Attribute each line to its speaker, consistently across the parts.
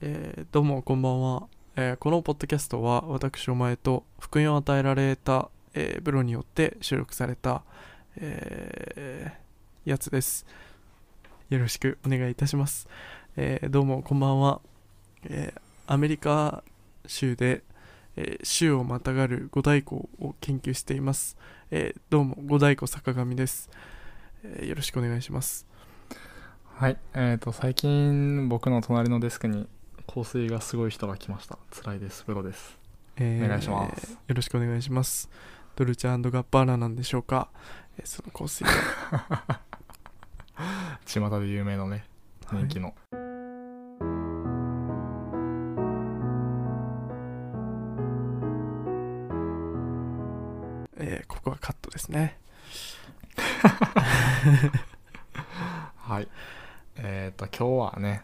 Speaker 1: えーどうもこんばんは、えーこのポッドキャストは私お前と福音を与えられた、えーブロによって収録された、えーやつですよろしくお願いいたします、えーどうもこんばんは、えーアメリカ州で、えー州をまたがる五大湖を研究しています、えーどうも五大湖坂上です、えーよろしくお願いします
Speaker 2: はい、えー、と最近僕の隣のデスクに香水がすごい人が来ました辛いですプロです
Speaker 1: えー
Speaker 2: お願いします
Speaker 1: よろしくお願いします。ドルチェガッバーナなんでしょうか、えーその香 水は。
Speaker 2: 巷で有名のね人気の、
Speaker 1: えーここはカットですね。
Speaker 2: はいえー、と今日はね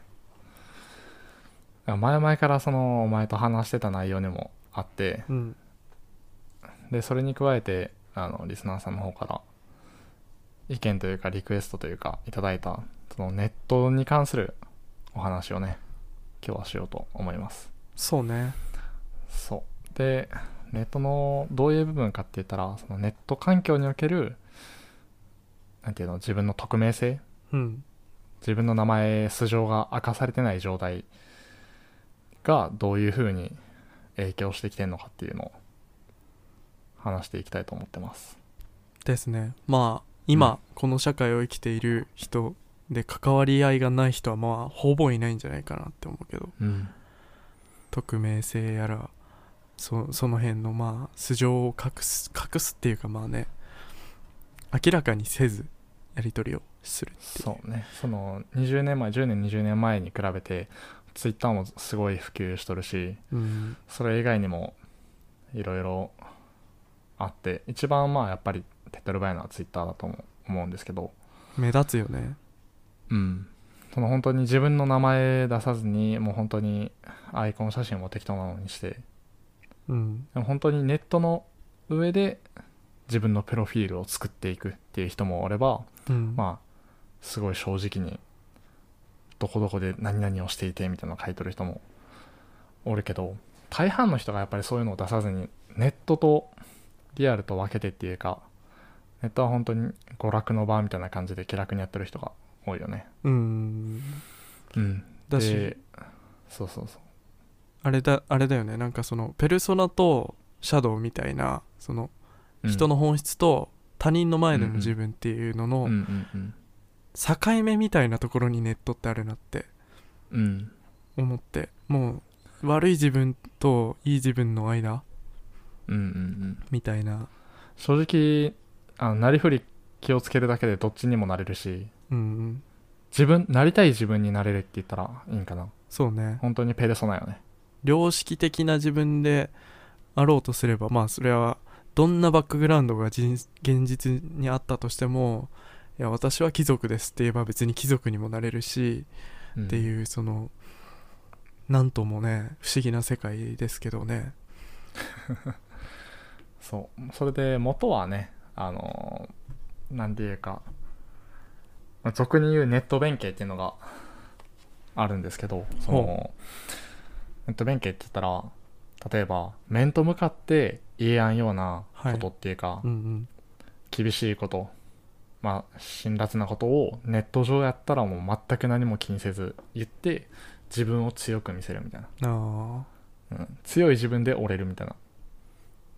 Speaker 2: 前々からそのお前と話してた内容にもあって
Speaker 1: うん。
Speaker 2: でそれに加えてあのリスナーさんの方から意見というかリクエストというかいただいたそのネットに関するお話をね今日はしようと思います
Speaker 1: そうね。
Speaker 2: そうでネットのどういう部分かって言ったらそのネット環境におけるなんていうの自分の匿名性
Speaker 1: うん。
Speaker 2: 自分の名前素性が明かされてない状態がどういうふうに影響してきてるのかっていうのを話していきたいと思ってます
Speaker 1: ですね。まあ、今、
Speaker 2: うん
Speaker 1: この社会を生きている人で関わり合いがない人は、まあ、ほぼいないんじゃないかなって思うけど、
Speaker 2: うん
Speaker 1: 匿名性やら、そその辺の、まあ、素性を隠す、隠すっていうか、まあね、明らかにせず、やり取りをするっていう。
Speaker 2: そうねその20年前10年20年前に比べて Twitter もすごい普及しとるし
Speaker 1: うん。
Speaker 2: それ以外にもいろいろあって一番まあやっぱり手っ取り早いのはツイッターだとも思うんですけど
Speaker 1: 目立つよね。
Speaker 2: うんその本当に自分の名前出さずにもう本当にアイコン写真も適当なのにして
Speaker 1: うん。
Speaker 2: でも本当にネットの上で自分のプロフィールを作っていくっていう人もおれば
Speaker 1: うん。
Speaker 2: まあすごい正直にどこどこで何々をしていてみたいなの書いてる人もおるけど大半の人がやっぱりそういうのを出さずにネットとリアルと分けてっていうかネットは本当に娯楽の場みたいな感じで気楽にやってる人が多いよね
Speaker 1: うん
Speaker 2: うん
Speaker 1: だし
Speaker 2: でそうそうそう
Speaker 1: あれだあれだよねなんかそのペルソナとシャドウみたいなその
Speaker 2: うん
Speaker 1: 人の本質と他人の前で
Speaker 2: うん
Speaker 1: の
Speaker 2: うん
Speaker 1: 自分っていうのの
Speaker 2: うんうん
Speaker 1: 境目みたいなところにネットってあるなって
Speaker 2: うんうん
Speaker 1: 思ってもう悪い自分といい自分の間
Speaker 2: うんうんうん
Speaker 1: みたいな
Speaker 2: 正直あのなりふり気をつけるだけでどっちにもなれるし
Speaker 1: うんうん
Speaker 2: 自分なりたい自分になれるって言ったらいいんかな
Speaker 1: そうね
Speaker 2: 本当にペルソナよね
Speaker 1: 良識的な自分であろうとすればまあそれはどんなバックグラウンドが人現実にあったとしてもいや私は貴族ですって言えば別に貴族にもなれるし
Speaker 2: っ
Speaker 1: って
Speaker 2: う
Speaker 1: いうそのなんともね不思議な世界ですけどね
Speaker 2: そうそれで元はねあのーなんていうかまあ俗に言うネット弁慶っていうのがあるんですけどそのネット弁慶って言ったら例えば面と向かって言えやんようなことっていうか、
Speaker 1: うん
Speaker 2: 厳しいことまあ辛辣なことをネット上やったらもう全く何も気にせず言って自分を強く見せるみたいな、
Speaker 1: うんああ
Speaker 2: うん、強い自分で折れるみたいな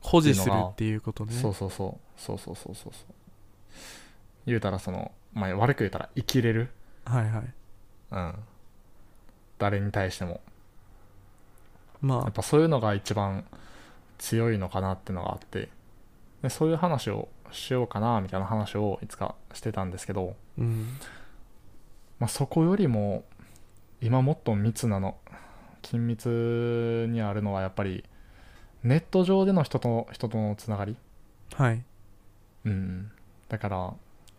Speaker 1: 保持するっていうことね
Speaker 2: そうそうそうそうそうそうそうそう言うたらその、まあ、悪く言うたら生きれる、
Speaker 1: はいはい
Speaker 2: うん、誰に対してもや
Speaker 1: ま
Speaker 2: っぱそういうのが一番強いのかなってのがあってでそういう話をしようかなみたいな話をいつかしてたんですけど、
Speaker 1: あうん
Speaker 2: まあ、そこよりも今もっと密なの緊密にあるのはやっぱりネット上での人と人とのつながり
Speaker 1: はい
Speaker 2: うん、だから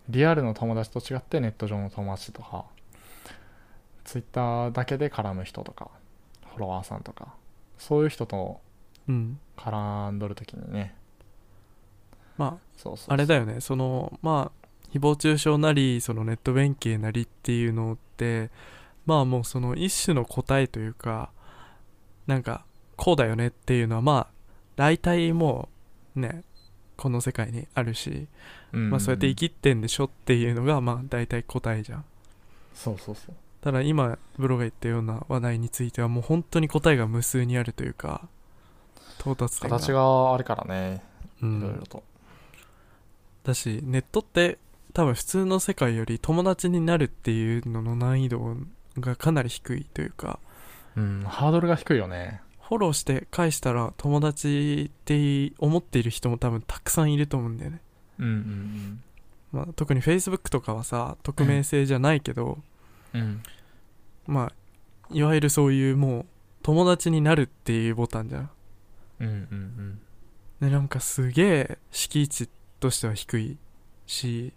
Speaker 2: リアルの友達と違ってネット上の友達とかツイッターだけで絡む人とかフォロワーさんとかそういう人と
Speaker 1: うん
Speaker 2: 絡んどるときにね
Speaker 1: ま
Speaker 2: そうそう
Speaker 1: ああれだよねそのまあ誹謗中傷なりそのネット弁慶なりっていうのってまあもうその一種の答えというかなんかこうだよねっていうのはまあ大体もうねこの世界にあるし、
Speaker 2: うん
Speaker 1: まあそうやって生きってんでしょっていうのがまあ大体答えじゃん
Speaker 2: そうそうそう
Speaker 1: ただ今ブロが言ったような話題についてはもう本当に答えが無数にあるというか到達点が
Speaker 2: 形があるからね
Speaker 1: う
Speaker 2: いろい
Speaker 1: ん
Speaker 2: ろ、と、
Speaker 1: だしネットって多分普通の世界より友達になるっていうのの難易度がかなり低いというか
Speaker 2: うん、ハードルが低いよね
Speaker 1: フォローして返したら友達って思っている人も多分たくさんいると思うんだよね、
Speaker 2: うんうん
Speaker 1: まあ、特に Facebook とかはさ匿名性じゃないけど、
Speaker 2: うんうん
Speaker 1: まあいわゆるそういうもう友達になるっていうボタンじゃん
Speaker 2: うんうん
Speaker 1: でなんかすげえ敷地としては低いし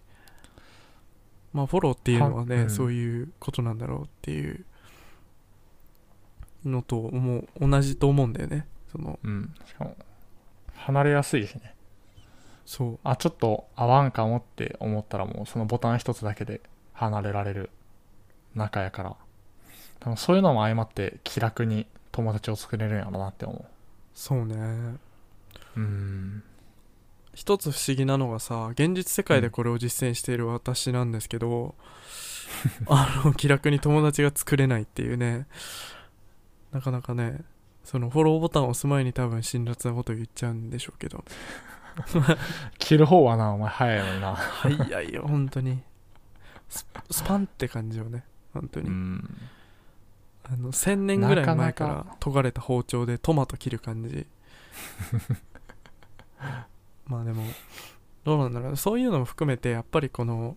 Speaker 1: まあフォローっていうのはね、
Speaker 2: はうん
Speaker 1: そういうことなんだろうっていうのともう同じと思うんだよねその
Speaker 2: うんうんしかも離れやすいしね
Speaker 1: そう
Speaker 2: あちょっと合わんかもって思ったらもうそのボタン一つだけで離れられる仲やから多分そういうのも相まって気楽に友達を作れるんやろなって思
Speaker 1: そうね
Speaker 2: ううん
Speaker 1: 一つ不思議なのがさ現実世界でこれを実践している私なんですけど、あの気楽に友達が作れないっていうねなかなかねそのフォローボタンを押す前に多分辛辣なこと言っちゃうんでしょうけど
Speaker 2: 切る方はなお前早いのにな
Speaker 1: 早いよ本当にススパンって感じよね本当に、
Speaker 2: うん
Speaker 1: あの1000年ぐらい前か
Speaker 2: なから
Speaker 1: 研がれた包丁でトマト切る感じまあでもどうなんだろうそういうのも含めてやっぱりこの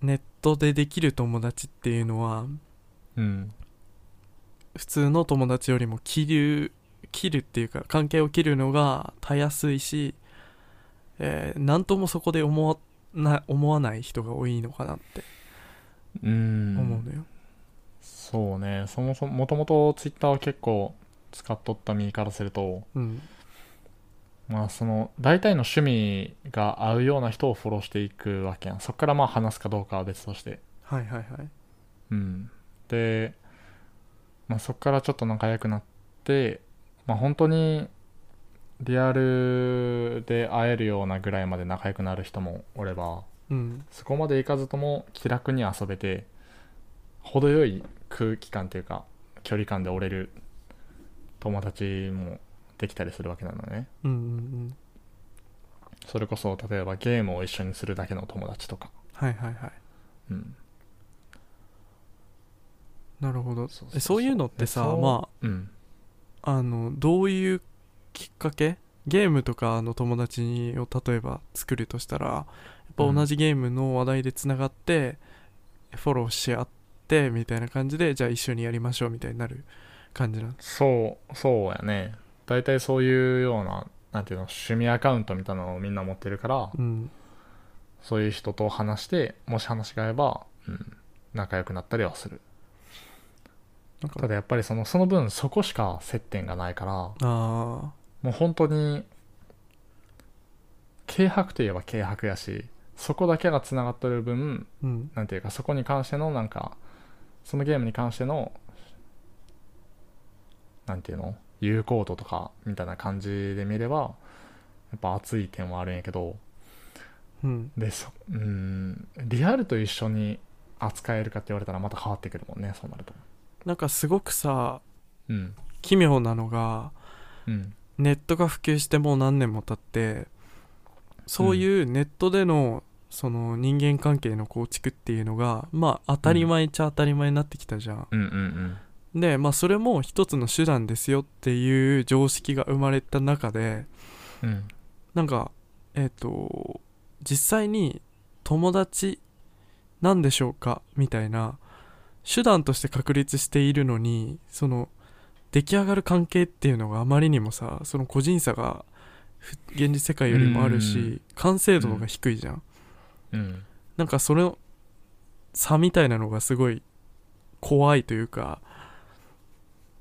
Speaker 1: ネットでできる友達っていうのは
Speaker 2: うん
Speaker 1: 普通の友達よりも切る切るっていうか関係を切るのがたやすいし、えー何ともそこで思わな思わない人が多いのかなって
Speaker 2: うん
Speaker 1: 思うのよ、
Speaker 2: そうねそもそももともとツイッターを結構使っとった身からすると
Speaker 1: うん、
Speaker 2: まあその大体の趣味が合うような人をフォローしていくわけやんそこからまあ話すかどうかは別として
Speaker 1: はいはいはい
Speaker 2: うんで、まあ、そこからちょっと仲良くなってまあ本当にリアルで会えるようなぐらいまで仲良くなる人もおれば
Speaker 1: うん
Speaker 2: そこまでいかずとも気楽に遊べて程よい空気感というか距離感で折れる友達もできたりするわけなのね
Speaker 1: うんうんうん
Speaker 2: それこそ例えばゲームを一緒にするだけの友達とか
Speaker 1: はいはいはい
Speaker 2: うん
Speaker 1: なるほど
Speaker 2: そう
Speaker 1: えそういうのってさま
Speaker 2: あうん
Speaker 1: ああのどういうきっかけゲームとかの友達を例えば作るとしたらやっぱ同じゲームの話題でつながって、フォローし合ってみたいな感じでじゃあ一緒にやりましょうみたいになる感じなん
Speaker 2: そうそうやね大体そういうようななんていうの趣味アカウントみたいなのをみんな持ってるから
Speaker 1: うん
Speaker 2: そういう人と話してもし話が合えば、うん、仲良くなったりはする
Speaker 1: なんか
Speaker 2: ただやっぱりそのその分そこしか接点がないから
Speaker 1: あ
Speaker 2: もう本当に軽薄といえば軽薄やしそこだけがつながってる分
Speaker 1: ーうん
Speaker 2: なんていうかそこに関してのなんかそのゲームに関してのなんていうの有効度とかみたいな感じで見ればやっぱ熱い点はあるんやけど
Speaker 1: うん
Speaker 2: でそうんリアルと一緒に扱えるかって言われたらまた変わってくるもんねそうなると
Speaker 1: なんかすごくさ
Speaker 2: うん
Speaker 1: 奇妙なのが
Speaker 2: うん
Speaker 1: ネットが普及してもう何年も経ってそういうネットでのその人間関係の構築っていうのがまあ当たり前っちゃ当たり前になってきたじゃん。
Speaker 2: うんうんうん
Speaker 1: でまあそれも一つの手段ですよっていう常識が生まれた中で
Speaker 2: うん
Speaker 1: なんかえっ、と実際に友達なんでしょうかみたいな手段として確立しているのにその出来上がる関係っていうのがあまりにもさその個人差がふ現実世界よりもある
Speaker 2: う
Speaker 1: し
Speaker 2: ん
Speaker 1: 完成度が低いじゃん、
Speaker 2: うん
Speaker 1: なんかそれの差みたいなのがすごい怖いというか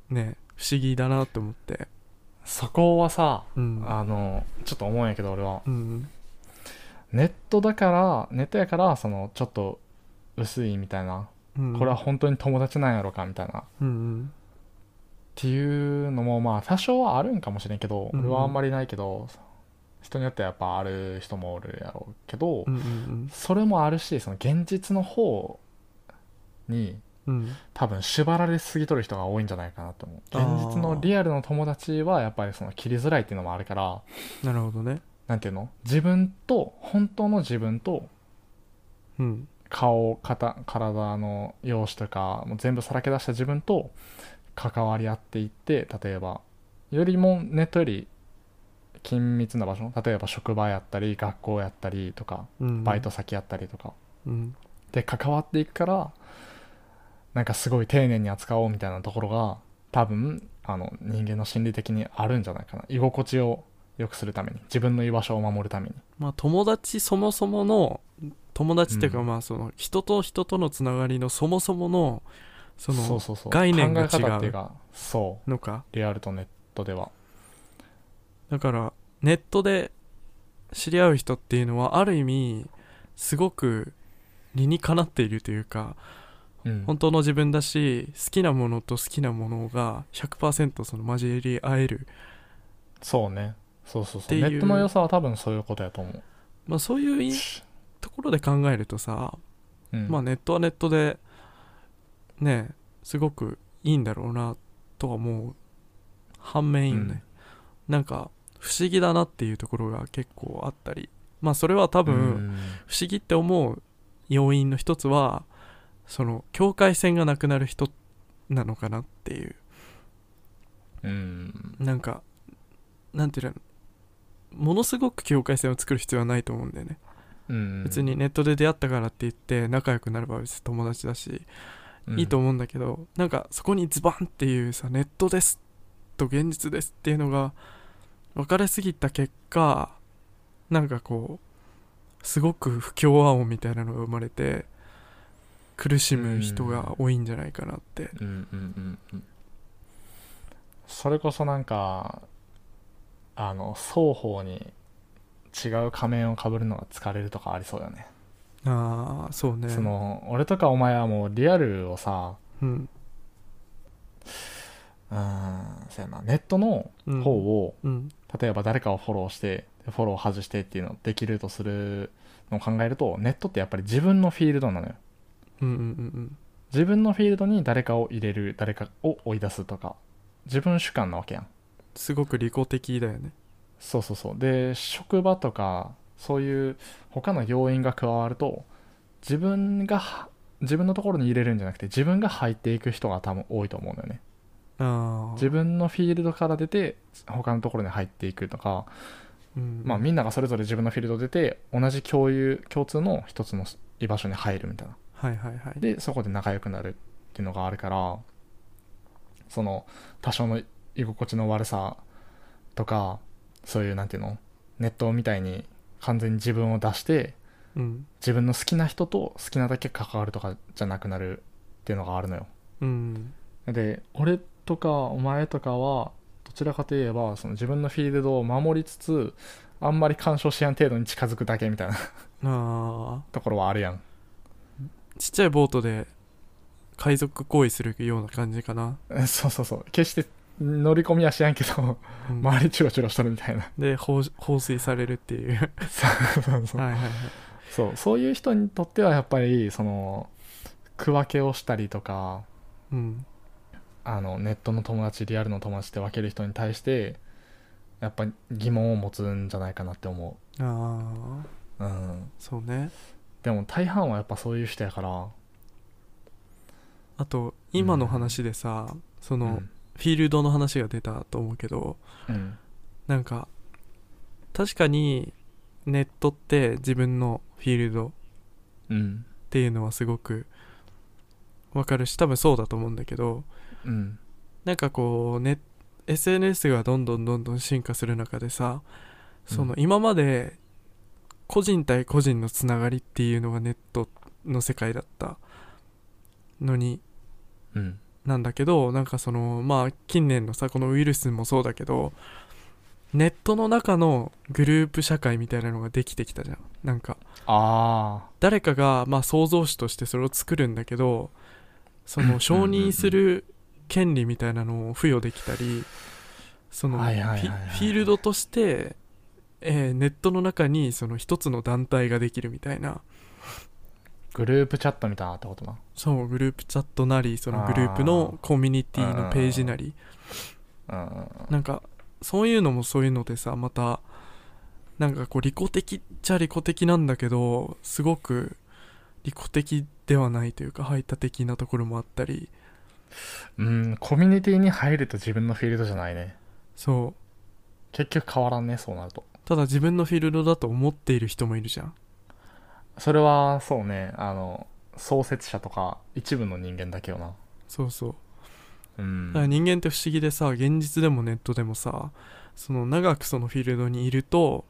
Speaker 1: ね不思議だなと思って
Speaker 2: そこはさ
Speaker 1: うん
Speaker 2: あのちょっと思うんやけど俺は
Speaker 1: うん
Speaker 2: ネットだからネットやからそのちょっと薄いみたいな
Speaker 1: うん
Speaker 2: これは本当に友達なんやろかみたいなっ
Speaker 1: うんうん
Speaker 2: ていうのもまあ多少はあるんかもしれんけど
Speaker 1: うん
Speaker 2: 俺はあんまりないけど人によってはやっぱある人もおるやろうけど
Speaker 1: うんうん
Speaker 2: それもあるしその現実の方に
Speaker 1: うんうん
Speaker 2: 多分縛られすぎとる人が多いんじゃないかなと思う
Speaker 1: あー
Speaker 2: 現実のリアルの友達はやっぱりその切りづらいっていうのもあるから
Speaker 1: なるほどね
Speaker 2: なんていうの自分と本当の自分と
Speaker 1: うん
Speaker 2: 顔肩体の容姿とかもう全部さらけ出した自分と関わり合っていって例えばよりもネットより緊密な場所例えば職場やったり学校やったりとか
Speaker 1: うん
Speaker 2: バイト先やったりとか、
Speaker 1: うん
Speaker 2: で関わっていくからなんかすごい丁寧に扱おうみたいなところが多分あの人間の心理的にあるんじゃないかな居心地を良くするために自分の居場所を守るために
Speaker 1: まあ友達そもそもの友達っていうか
Speaker 2: うん
Speaker 1: まあその人と人とのつながりのそもそものそ
Speaker 2: そう
Speaker 1: の
Speaker 2: そうそう
Speaker 1: 概念が違う
Speaker 2: 考え方っていうかそう
Speaker 1: のか
Speaker 2: リアルとネットでは
Speaker 1: だからネットで知り合う人っていうのはある意味すごく理にかなっているというか
Speaker 2: うん
Speaker 1: 本当の自分だし好きなものと好きなものが100%その交じり合える、
Speaker 2: そうねそうそう
Speaker 1: っ
Speaker 2: そ
Speaker 1: て
Speaker 2: う
Speaker 1: いう
Speaker 2: ネットの良さは多分そういうことやと思う、
Speaker 1: まあ、そういういところで考えるとさ、
Speaker 2: うん
Speaker 1: まあネットはネットでねすごくいいんだろうなとは思う反面いいよね、なんか不思議だなっていうところが結構あったりまあそれは多分、
Speaker 2: うん
Speaker 1: 不思議って思う要因の一つはその境界線がなくなる人なのかなっていう
Speaker 2: うん
Speaker 1: なんかなんていうのものすごく境界線を作る必要はないと思うんだよね、
Speaker 2: うん
Speaker 1: 別にネットで出会ったからって言って仲良くなれば別に友達だし、いいと思うんだけどなんかそこにズバンっていうさネットですと現実ですっていうのが分かれすぎた結果なんかこうすごく不協和音みたいなのが生まれて苦しむ人が多いんじゃないかなって
Speaker 2: うんうんうんうんそれこそなんかあの双方に違う仮面をかぶるのが疲れるとかありそうだよね
Speaker 1: ああそうね
Speaker 2: その俺とかお前はもうリアルをさ
Speaker 1: うん
Speaker 2: うーんそうやなネットの
Speaker 1: うん
Speaker 2: 方を、
Speaker 1: うん
Speaker 2: 例えば誰かをフォローしてフォロー外してっていうのできるとするのを考えるとネットってやっぱり自分のフィールドなのよ
Speaker 1: うんうんうん
Speaker 2: 自分のフィールドに誰かを入れる誰かを追い出すとか自分主観なわけやん
Speaker 1: すごく利己的だよね
Speaker 2: そうそうそうで職場とかそういう他の要因が加わると自分がは自分のところに入れるんじゃなくて自分が入っていく人が多分多いと思うんだよね
Speaker 1: ああ
Speaker 2: 自分のフィールドから出て他のところに入っていくとか、
Speaker 1: うん
Speaker 2: まあ、みんながそれぞれ自分のフィールド出て同じ共有共通の一つの居場所に入るみたいな
Speaker 1: はいはいはい
Speaker 2: でそこで仲良くなるっていうのがあるからその多少の居心地の悪さとかそういうなんていうのネットみたいに完全に自分を出して
Speaker 1: うん
Speaker 2: 自分の好きな人と好きなだけ関わるとかじゃなくなるっていうのがあるのよ
Speaker 1: うん
Speaker 2: で俺とかお前とかはどちらかといえばその自分のフィールドを守りつつあんまり干渉しやん程度に近づくだけみたいな
Speaker 1: ああ
Speaker 2: ところはあるやん
Speaker 1: ちっちゃいボートで海賊行為するような感じかな、
Speaker 2: え そうそうそう決して乗り込みはしやんけど
Speaker 1: うん
Speaker 2: 周りチュロチュロしとるみたいな
Speaker 1: で放放水されるっていう
Speaker 2: そうそうそう
Speaker 1: はいはいはい
Speaker 2: そうそういう人にとってはやっぱりその区分けをしたりとか
Speaker 1: うん
Speaker 2: あのネットの友達リアルの友達って分ける人に対してやっぱり疑問を持つんじゃないかなって思
Speaker 1: ああ
Speaker 2: う、うん、
Speaker 1: そうね
Speaker 2: でも大半はやっぱそういう人やから
Speaker 1: あと今の話でさ、その、
Speaker 2: うん
Speaker 1: フィールドの話が出たと思うけど
Speaker 2: うん
Speaker 1: なんか確かにネットって自分のフィールドっ
Speaker 2: うん
Speaker 1: ていうのはすごくわかるし多分そうだと思うんだけど
Speaker 2: うん
Speaker 1: なんかこうね SNS がどんどんどんどん進化する中でさその
Speaker 2: う
Speaker 1: 今まで個人対個人のつながりっていうのがネットの世界だったのに
Speaker 2: うん
Speaker 1: なんだけどなんかそのまあ近年のさこのウイルスもそうだけどネットの中のグループ社会みたいなのができてきたじゃんなんか
Speaker 2: あ
Speaker 1: 誰かがまあ創造主としてそれを作るんだけどその承認する権利みたいなのを付与できたりそのフ
Speaker 2: はいはいはい
Speaker 1: ィ
Speaker 2: はい
Speaker 1: フィールドとして、えーネットの中にその一つの団体ができるみたいな
Speaker 2: ーグループチャットみたいなってことな
Speaker 1: そうグループチャットなりそのグループのコミュニティのページなり
Speaker 2: うんうんうん
Speaker 1: なんかそういうのもそういうのでさまたなんかこう利己的っちゃ利己的なんだけどすごく利己的ではないというか排他的なところもあったり
Speaker 2: うんコミュニティに入ると自分のフィールドじゃないね
Speaker 1: そう
Speaker 2: 結局変わらんねそうなると
Speaker 1: ただ自分のフィールドだと思っている人もいるじゃん
Speaker 2: それはそうねあの創設者とか一部の人間だけよな
Speaker 1: そうそう
Speaker 2: う
Speaker 1: だから
Speaker 2: ん
Speaker 1: 人間って不思議でさ現実でもネットでもさその長くそのフィールドにいると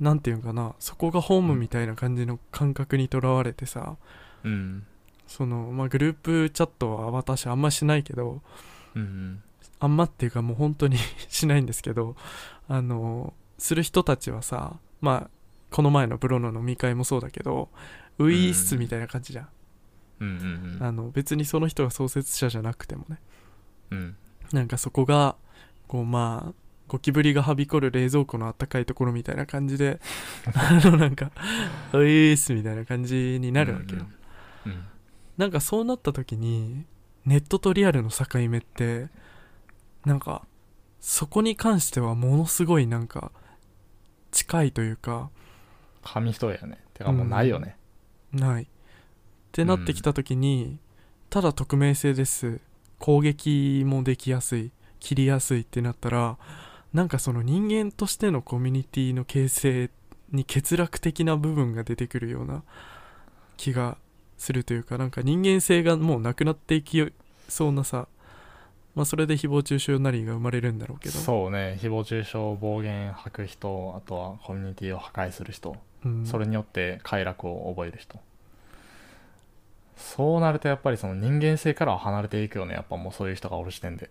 Speaker 1: 何て言うのかなそこがホームみたいな感じの感覚にとらわれてさ
Speaker 2: うん
Speaker 1: そのまあグループチャットは私あんましないけど
Speaker 2: うん
Speaker 1: あんまっていうかもう本当に しないんですけどあのする人たちはさまあこの前のブロの飲み会もそうだけどウイースみたいな感じじゃん、
Speaker 2: うんうん
Speaker 1: あの別にその人が創設者じゃなくてもね
Speaker 2: うん
Speaker 1: なんかそこがこうまあゴキブリがはびこる冷蔵庫のあったかいところみたいな感じ であのなんか「ウイース」みたいな感じになるわけよ、
Speaker 2: うんうん
Speaker 1: なんかそうなった時にネットとリアルの境目ってなんかそこに関してはものすごいなんか近いというか
Speaker 2: 紙一重やねてかもうないよね
Speaker 1: ないってなってきた時に、ただ匿名性です攻撃もできやすい切りやすいってなったらなんかその人間としてのコミュニティの形成に欠落的な部分が出てくるような気がするというかなんか人間性がもうなくなっていきそうなさまあそれで誹謗中傷なりが生まれるんだろうけど
Speaker 2: そうね誹謗中傷暴言吐く人あとはコミュニティを破壊する人、
Speaker 1: うん、
Speaker 2: それによって快楽を覚える人そうなるとやっぱりその人間性からは離れていくよねやっぱもうそういう人がおる時点で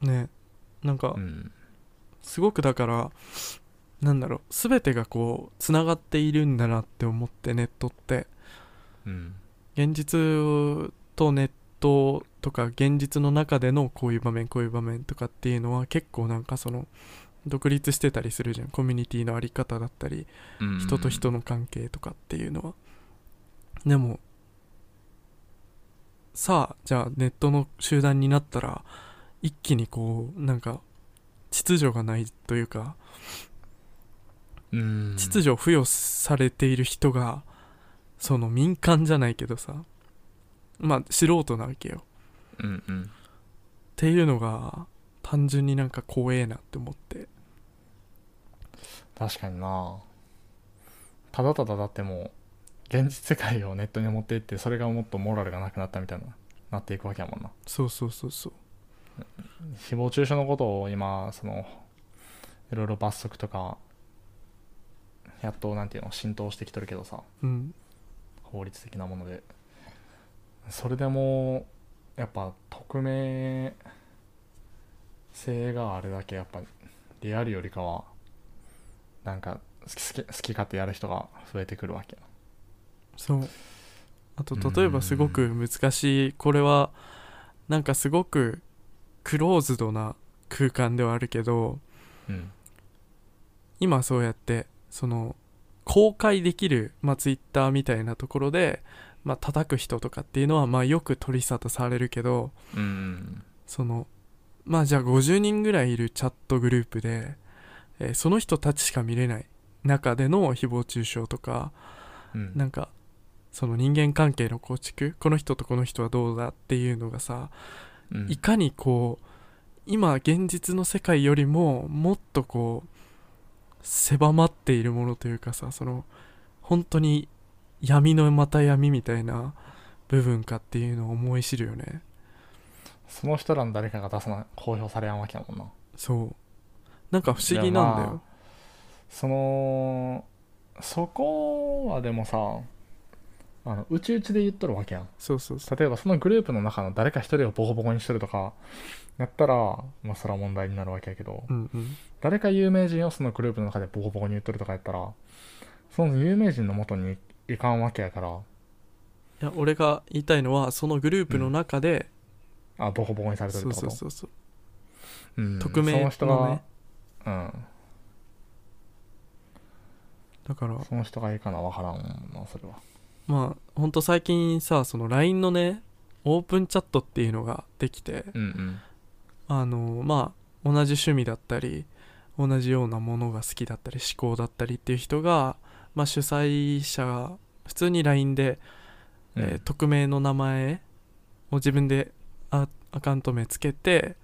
Speaker 1: ねなんか
Speaker 2: うん
Speaker 1: すごくだからなんだろう全てがこうつながっているんだなって思ってネットって
Speaker 2: うん
Speaker 1: 現実とネットとか現実の中でのこういう場面こういう場面とかっていうのは結構なんかその独立してたりするじゃんコミュニティのあり方だったり人と人の関係とかっていうのは、でもさあじゃあネットの集団になったら一気にこうなんか秩序がないというか
Speaker 2: うん
Speaker 1: 秩序を付与されている人がその民間じゃないけどさまあ素人なわけよっ
Speaker 2: うんうん
Speaker 1: ていうのが単純になんか怖えなって思って
Speaker 2: 確かになただただだってもう現実世界をネットに持っていってそれがもっとモラルがなくなったみたいななっていくわけやもんな
Speaker 1: そうそうそうそう
Speaker 2: 誹謗中傷のことを今そのいろいろ罰則とかやっとなんていうの浸透してきとるけどさ
Speaker 1: うん
Speaker 2: 法律的なものでそれでもやっぱ匿名性があれだけやっぱリアルよりかはなんか好き好き好き勝手やる人が増えてくるわけ
Speaker 1: そうあと
Speaker 2: うん
Speaker 1: 例えばすごく難しいこれはなんかすごくクローズドな空間ではあるけど
Speaker 2: うん
Speaker 1: 今そうやってその公開できる、まあ、Twitter みたいなところで、まあ叩く人とかっていうのは、まあ、よく取り沙汰されるけど
Speaker 2: うん
Speaker 1: そのまあじゃあ50人ぐらいいるチャットグループで、えーその人たちしか見れない中での誹謗中傷とか
Speaker 2: うん
Speaker 1: なんかその人間関係の構築この人とこの人はどうだっていうのがさ
Speaker 2: うん
Speaker 1: いかにこう今現実の世界よりももっとこう狭まっているものというかさその本当に闇のまた闇みたいな部分かっていうのを思い知るよね
Speaker 2: その人らの誰かが出さな公表されやんわけやもんな
Speaker 1: そうなんか不思議なんだ
Speaker 2: いやま
Speaker 1: よ
Speaker 2: そのそこはでもさあのうちうちで言っとるわけやん
Speaker 1: そうそうそう
Speaker 2: 例えばそのグループの中の誰か一人をボコボコにしてるとかやったらまあそれは問題になるわけやけど
Speaker 1: うんうん
Speaker 2: 誰か有名人をそのグループの中でボコボコに言っとるとかやったらその有名人のもとにいかんわけやから
Speaker 1: いや俺が言いたいのはそのグループの中で、
Speaker 2: あボコボコにされてるっ
Speaker 1: そう
Speaker 2: てこ
Speaker 1: そ
Speaker 2: と
Speaker 1: うそうそう
Speaker 2: うん
Speaker 1: 匿名
Speaker 2: その人
Speaker 1: の
Speaker 2: が
Speaker 1: ね、
Speaker 2: うん、
Speaker 1: だから
Speaker 2: その人がいいかなわからんなそれは
Speaker 1: まあほんと最近さその LINE のねオープンチャットっていうのができて
Speaker 2: うんうん
Speaker 1: あのまあ同じ趣味だったり同じようなものが好きだったり思考だったりっていう人が、まあ、主催者が普通に LINE で、
Speaker 2: うん
Speaker 1: えー匿名の名前を自分でアアカウント名つけて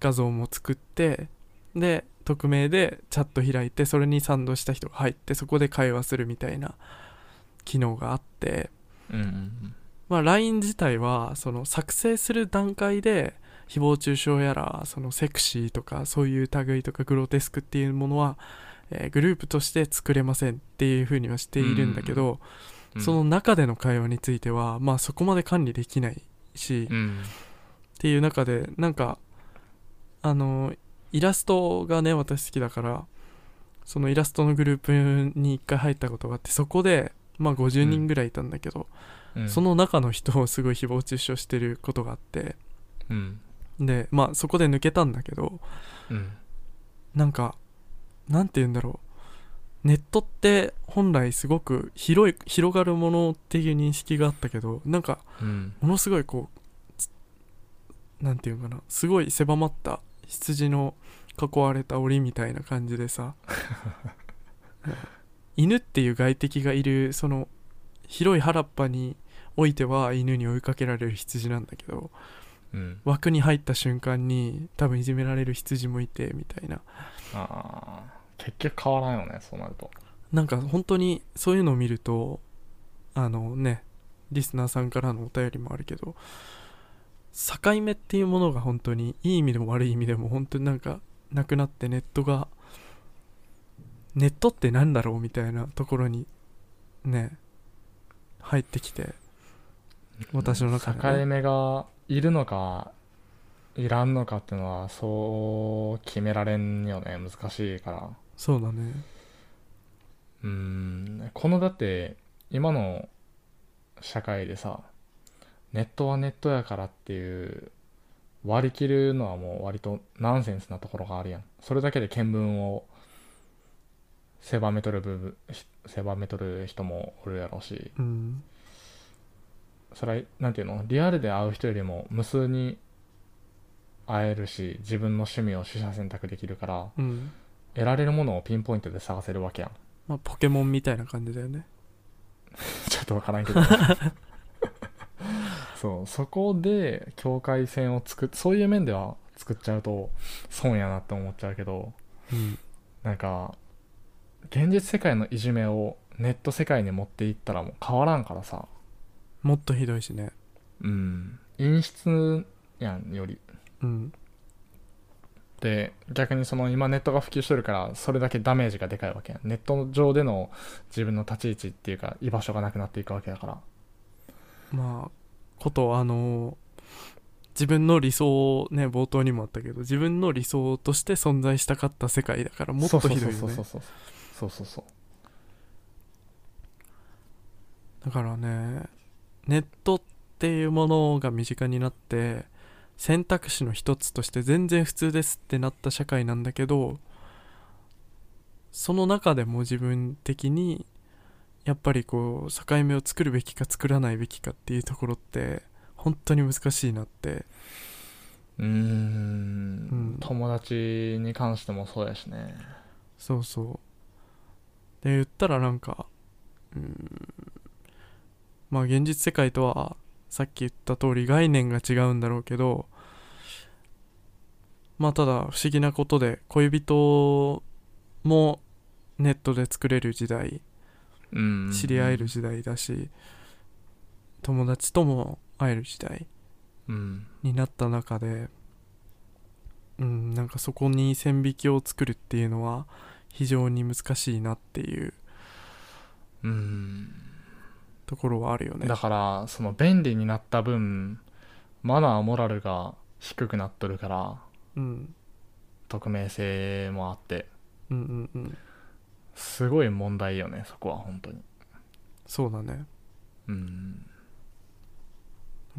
Speaker 1: 画像も作ってで匿名でチャット開いてそれに賛同した人が入ってそこで会話するみたいな機能があって、
Speaker 2: うんうん
Speaker 1: まあ、LINE 自体はその作成する段階で誹謗中傷やらそのセクシーとかそういう類とかグロテスクっていうものは、えーグループとして作れませんっていうふうにはしているんだけど、
Speaker 2: うん
Speaker 1: その中での会話については、まあ、そこまで管理できないし、
Speaker 2: う
Speaker 1: っ
Speaker 2: ん
Speaker 1: ていう中でなんかあのイラストがね私好きだからそのイラストのグループに一回入ったことがあってそこで、まあ、50人ぐらいいたんだけど、
Speaker 2: うん
Speaker 1: その中の人をすごい誹謗中傷してることがあって
Speaker 2: うん
Speaker 1: でまあそこで抜けたんだけど
Speaker 2: うん
Speaker 1: なんかなんて言うんだろうネットって本来すごく広い広がるものっていう認識があったけどなんか
Speaker 2: うん
Speaker 1: ものすごいこうつなんていうかなすごい狭まった羊の囲われた檻みたいな感じでさ犬っていう外敵がいるその広い原っぱにおいては犬に追いかけられる羊なんだけど
Speaker 2: うん
Speaker 1: 枠に入った瞬間に多分いじめられる羊もいてみたいな
Speaker 2: あー結局変わらんよねそうなると
Speaker 1: なんか本当にそういうのを見るとあのねリスナーさんからのお便りもあるけど境目っていうものが本当にいい意味でも悪い意味でも本当になんかなくなってネットがネットってなんだろうみたいなところにね入ってきて私の中でね、
Speaker 2: 境目がいるのかいらんのかっていうのはそう決められんよね難しいから
Speaker 1: そうだね
Speaker 2: うーんこのだって今の社会でさネットはネットやからっていう割り切るのはもう割とナンセンスなところがあるやんそれだけで見聞を狭めとる部分ひ狭めとる人もおるやろうし
Speaker 1: うん
Speaker 2: それはなんていうのリアルで会う人よりも無数に会えるし自分の趣味を取捨選択できるから
Speaker 1: うん
Speaker 2: 得られるものをピンポイントで探せるわけやん
Speaker 1: まあポケモンみたいな感じだよね
Speaker 2: ちょっとわからんけど そうそこで境界線を作っそういう面では作っちゃうと損やなって思っちゃうけど
Speaker 1: うん
Speaker 2: なんか現実世界のいじめをネット世界に持っていったらもう変わらんからさ
Speaker 1: もっとひどいしね
Speaker 2: うん陰湿やんより
Speaker 1: うん
Speaker 2: で逆にその今ネットが普及してるからそれだけダメージがでかいわけやんネット上での自分の立ち位置っていうか居場所がなくなっていくわけだから
Speaker 1: まあことあの自分の理想をね冒頭にもあったけど自分の理想として存在したかった世界だからもっとひどいよ
Speaker 2: そう
Speaker 1: ね
Speaker 2: そうそうそうそうそうそう
Speaker 1: だからねネットっていうものが身近になって選択肢の一つとして全然普通ですってなった社会なんだけどその中でも自分的にやっぱりこう境目を作るべきか作らないべきかっていうところって本当に難しいなって
Speaker 2: うー
Speaker 1: う
Speaker 2: ん
Speaker 1: ん
Speaker 2: 友達に関してもそうやしね
Speaker 1: そうそう。で言ったらなんか、うーん、まあ現実世界とはさっき言った通り概念が違うんだろうけど、まあただ不思議なことで恋人もネットで作れる時代、
Speaker 2: うん
Speaker 1: 知り合える時代だし、友達とも会える時代
Speaker 2: うん
Speaker 1: になった中でうんなんかそこに線引きを作るっていうのは非常に難しいなっていう
Speaker 2: うん
Speaker 1: ところはあるよね
Speaker 2: だからその便利になった分マナーモラルが低くなっとるから
Speaker 1: うん
Speaker 2: 匿名性もあって
Speaker 1: うんうんうん
Speaker 2: すごい問題よねそこは本当に
Speaker 1: そうだね
Speaker 2: うん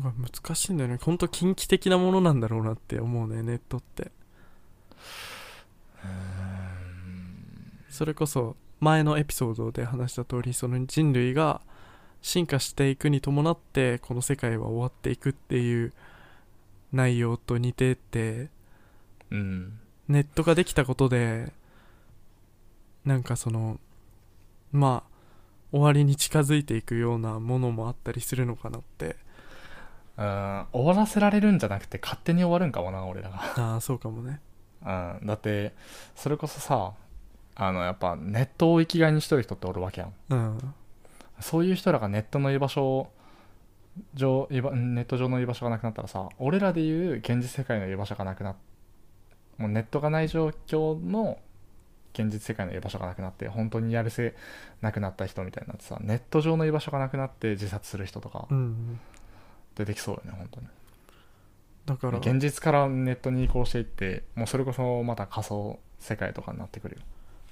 Speaker 1: なんか難しいんだよねほんと近畿的なものなんだろうなって思うねネットってそれこそ前のエピソードで話した通りその人類が進化していくに伴ってこの世界は終わっていくっていう内容と似てて
Speaker 2: うん
Speaker 1: ネットができたことでなんかそのまあ終わりに近づいていくようなものもあったりするのかな って
Speaker 2: うん終わらせられるんじゃなくて勝手に終わるんかもな俺らが
Speaker 1: ああそうかもね
Speaker 2: うん、だってそれこそさあのやっぱネットを生きがいにしとる人っておるわけやん
Speaker 1: うん
Speaker 2: そういう人らがネットの居場所上居場ネット上の居場所がなくなったらさ俺らでいう現実世界の居場所がなくなっもうネットがない状況の現実世界の居場所がなくなって本当にやるせなくなった人みたいになってさネット上の居場所がなくなって自殺する人とか
Speaker 1: うん
Speaker 2: 出てきそうよね本当に
Speaker 1: だから
Speaker 2: 現実からネットに移行していってもうそれこそまた仮想世界とかになってくるよ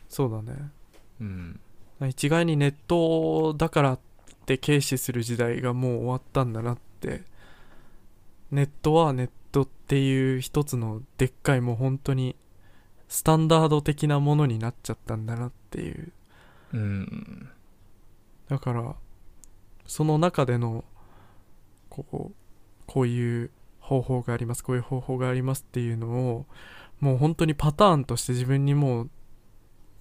Speaker 1: そうだね
Speaker 2: うん
Speaker 1: 一概にネットだからって軽視する時代がもう終わったんだなってネットはネットっていう一つのでっかいもう本当にスタンダード的なものになっちゃったんだなっていう
Speaker 2: うん
Speaker 1: だからその中でのこうこういう方法がありますこういう方法がありますっていうのをもう本当にパターンとして自分にもう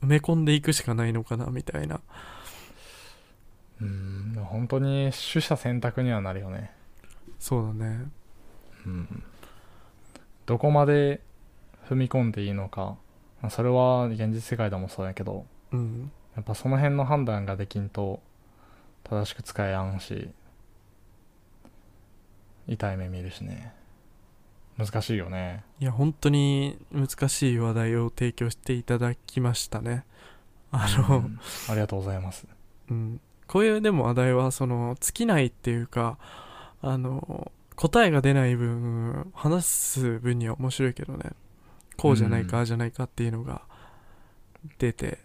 Speaker 1: 埋め込んでいくしかないのかなみたいな
Speaker 2: うん本当に取捨選択にはなるよね
Speaker 1: そうだね
Speaker 2: うんどこまで踏み込んでいいのかまあそれは現実世界でもそうやけど
Speaker 1: うん
Speaker 2: やっぱその辺の判断ができんと正しく使えやんし痛い目見るしね難しいよね
Speaker 1: いや本当に難しい話題を提供していただきましたねあ
Speaker 2: う
Speaker 1: の、
Speaker 2: んありがとうございます
Speaker 1: うん、こういうでも話題はその尽きないっていうかあの答えが出ない分話す分には面白いけどねこうじゃないか、
Speaker 2: うん
Speaker 1: ああじゃないかっていうのが出て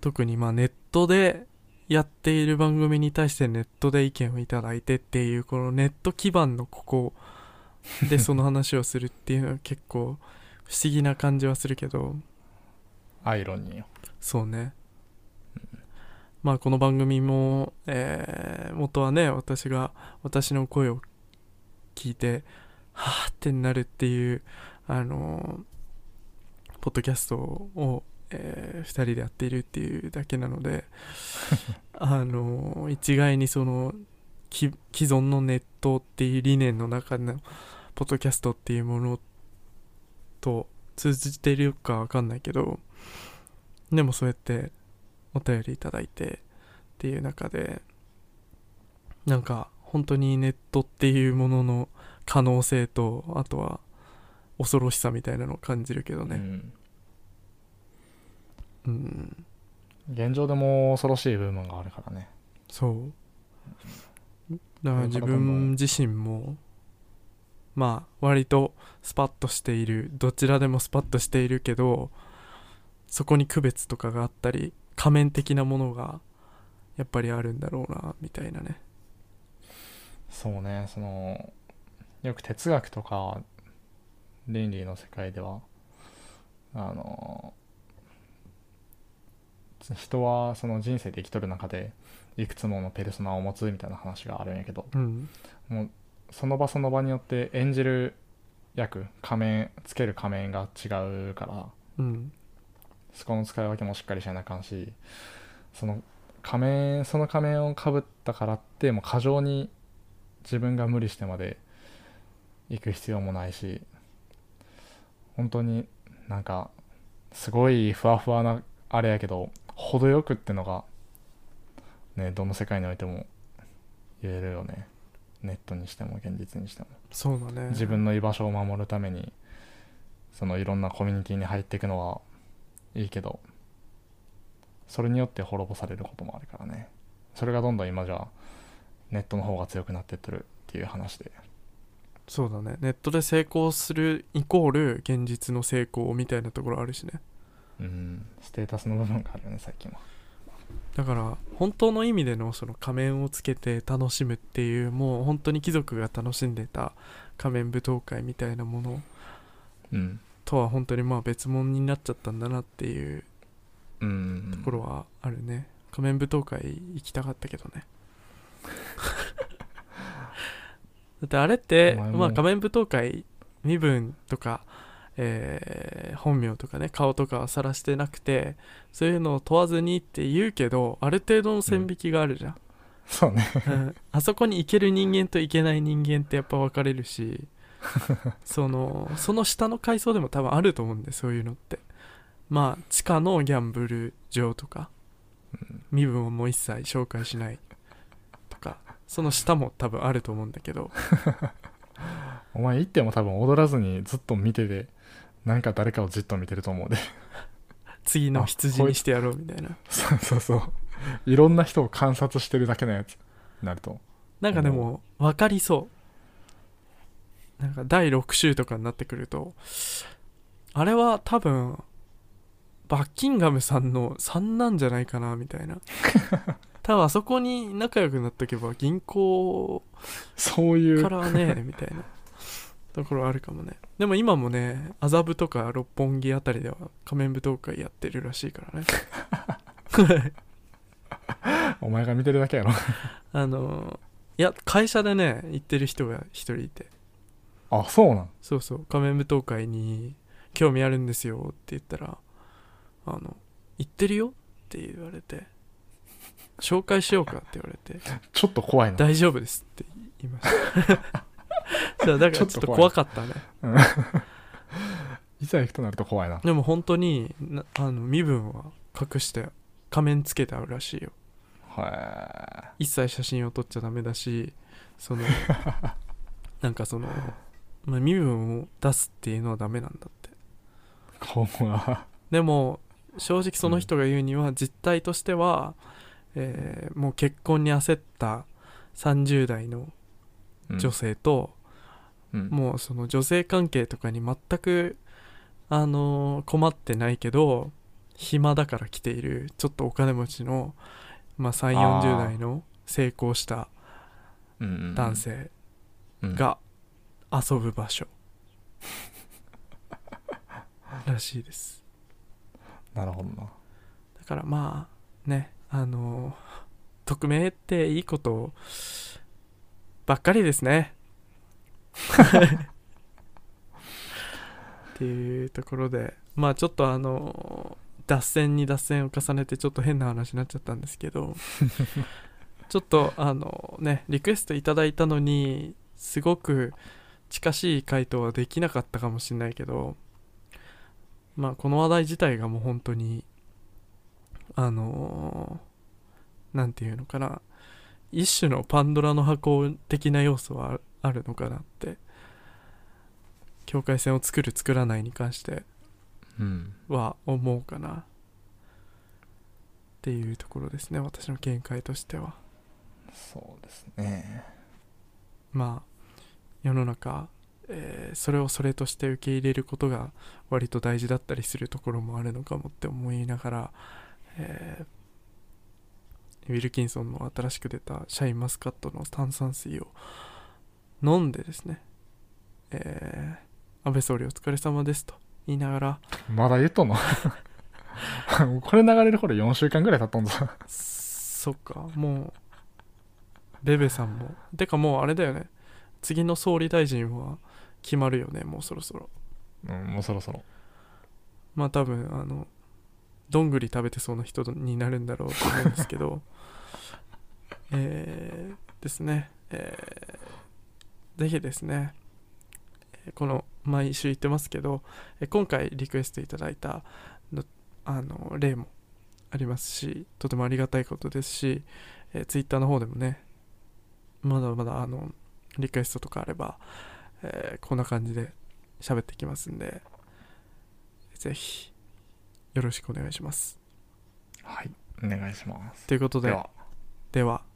Speaker 1: 特にまあネットでやっている番組に対してネットで意見をいただいてっていうこのネット基盤のここでその話をするっていうのは結構不思議な感じはするけど
Speaker 2: アイロニーよ
Speaker 1: そうね。まあこの番組も、えー元はね私が私の声を聞いてはあってなるっていうあのーポッドキャストを、え2人でやっているっていうだけなのであのー一概にそのき既存のネットっていう理念の中のポッドキャストっていうものと通じているかわかんないけど、でもそうやってお便りいただいてっていう中でなんか本当にネットっていうものの可能性とあとは恐ろしさみたいなのを感じるけど
Speaker 2: う
Speaker 1: ね
Speaker 2: ん
Speaker 1: うん
Speaker 2: 現状でも恐ろしい部分があるからね
Speaker 1: そうだから
Speaker 2: これ
Speaker 1: 自
Speaker 2: からどんどん
Speaker 1: 分自身もまあ割とスパッとしているどちらでもスパッとしているけどそこに区別とかがあったり仮面的なものがやっぱりあるんだろうなみたいなね
Speaker 2: そうねそのよく哲学とか倫理の世界ではあの人はその人生で生きとる中でいくつものペルソナを持つみたいな話があるんやけど
Speaker 1: うん
Speaker 2: もうその場その場によって演じる役仮面つける仮面が違うから
Speaker 1: うん
Speaker 2: そこの使い分けもしっかりしなあかんしその仮面その仮面をかぶったからってもう過剰に自分が無理してまで行く必要もないし本当になんかすごいふわふわなあれやけど程よくってのがねどの世界においても言えるよねネットにしても現実にしても
Speaker 1: そうだね
Speaker 2: 自分の居場所を守るためにそのいろんなコミュニティに入っていくのはいいけどそれによって滅ぼされることもあるからねそれがどんどん今じゃあネットの方が強くなってってるっていう話で
Speaker 1: そうだねネットで成功するイコール現実の成功みたいなところあるしね
Speaker 2: うんステータスの部分があるよね最近は
Speaker 1: だから本当の意味でのその仮面をつけて楽しむっていうもう本当に貴族が楽しんでた仮面舞踏会みたいなもの
Speaker 2: うん
Speaker 1: とは本当にまあ別物になっちゃったんだなっていう
Speaker 2: うん
Speaker 1: ところはあるね、仮面舞踏会行きたかったけど ねだってあれって、
Speaker 2: お前も
Speaker 1: まあ、仮面舞踏会身分とか、えー本名とかね顔とかはさらしてなくてそういうのを問わずにって言うけどある程度の線引きがあるじゃん、
Speaker 2: そうね
Speaker 1: うん あそこに行ける人間と行けない人間ってやっぱ分かれるしそのその下の階層でも多分あると思うんでそういうのってまあ地下のギャンブル場とか身分をもう一切紹介しないとかその下も多分あると思うんだけど
Speaker 2: お前行っても多分踊らずにずっと見ててなんか誰かをじっと見てると思うで
Speaker 1: 次の羊にしてやろうみたいな
Speaker 2: そうそうそういろんな人を観察してるだけのやつになると
Speaker 1: なんかでも分かりそうなんか第6週とかになってくるとあれは多分バッキンガムさんの3なんじゃないかなみたいな多分あそこに仲良くなっとけば銀行
Speaker 2: そういう
Speaker 1: からねみたいなところあるかもねでも今もね麻布とか六本木あたりでは仮面舞踏会やってるらしいからね
Speaker 2: お前が見てるだけやろ
Speaker 1: あのいや会社でね行ってる人が一人いて
Speaker 2: あそうなん
Speaker 1: そうそう仮面舞踏会に「興味あるんですよ」って言ったら「あの行ってるよ」って言われて「紹介しようか」って言われ て
Speaker 2: ちょっと怖い
Speaker 1: 「
Speaker 2: な
Speaker 1: 大丈夫です」って言いました そうだからちょっと怖かったね
Speaker 2: いざ行くとなると怖いな
Speaker 1: でも本当になあの身分は隠して仮面つけてあるらしいよ
Speaker 2: は
Speaker 1: 一切写真を撮っちゃダメだしそ のなんかその、まあ、身分を出すっていうのはダメなんだって
Speaker 2: い今後は
Speaker 1: でも正直その人が言うには実態としては、えーもう結婚に焦った30代の女性と、
Speaker 2: うん
Speaker 1: もうその女性関係とかに全く、あのー困ってないけど暇だから来ているちょっとお金持ちの、まあ、3 4 0
Speaker 2: あー
Speaker 1: 代の成功した
Speaker 2: うん
Speaker 1: 男性
Speaker 2: うん
Speaker 1: が遊ぶ場所、らしいです
Speaker 2: なるほどな
Speaker 1: だからまあねあの匿名っていいことばっかりですねっていうところでまあちょっとあの脱線に脱線を重ねてちょっと変な話になっちゃったんですけどちょっとあのねリクエストいただいたのにすごく近しい回答はできなかったかもしれないけどまあこの話題自体がもう本当にあのーなんていうのかな一種のパンドラの箱的な要素はああるのかなって境界線を作る作らないに関して
Speaker 2: うん
Speaker 1: は思うかなっていうところですね私の見解としては
Speaker 2: そうですね
Speaker 1: まあ世の中、えーそれをそれとして受け入れることが割と大事だったりするところもあるのかもって思いながら、えーウィルキンソンの新しく出たシャインマスカットの炭酸水を飲んでですね、えー安倍総理お疲れ様ですと言いながら
Speaker 2: まだ言っとんの これ流れる頃4週間ぐらい経ったんだ
Speaker 1: そっかもうベベさんもてかもうあれだよね次の総理大臣は決まるよねもうそろそろ
Speaker 2: うんもうそろそろ
Speaker 1: まあ多分あのどんぐり食べてそうな人になるんだろうと思うんですけどえー、ですねえー、ぜひですねえーこの毎週言ってますけどえー今回リクエストいただいたのあの例もありますしとてもありがたいことですし、えー、Twitter の方でもねまだまだあのリクエストとかあれば、えーこんな感じで喋ってきますんでぜひよろしくお願いします。
Speaker 2: はい
Speaker 1: お願いします
Speaker 2: ということで
Speaker 1: で
Speaker 2: では
Speaker 1: は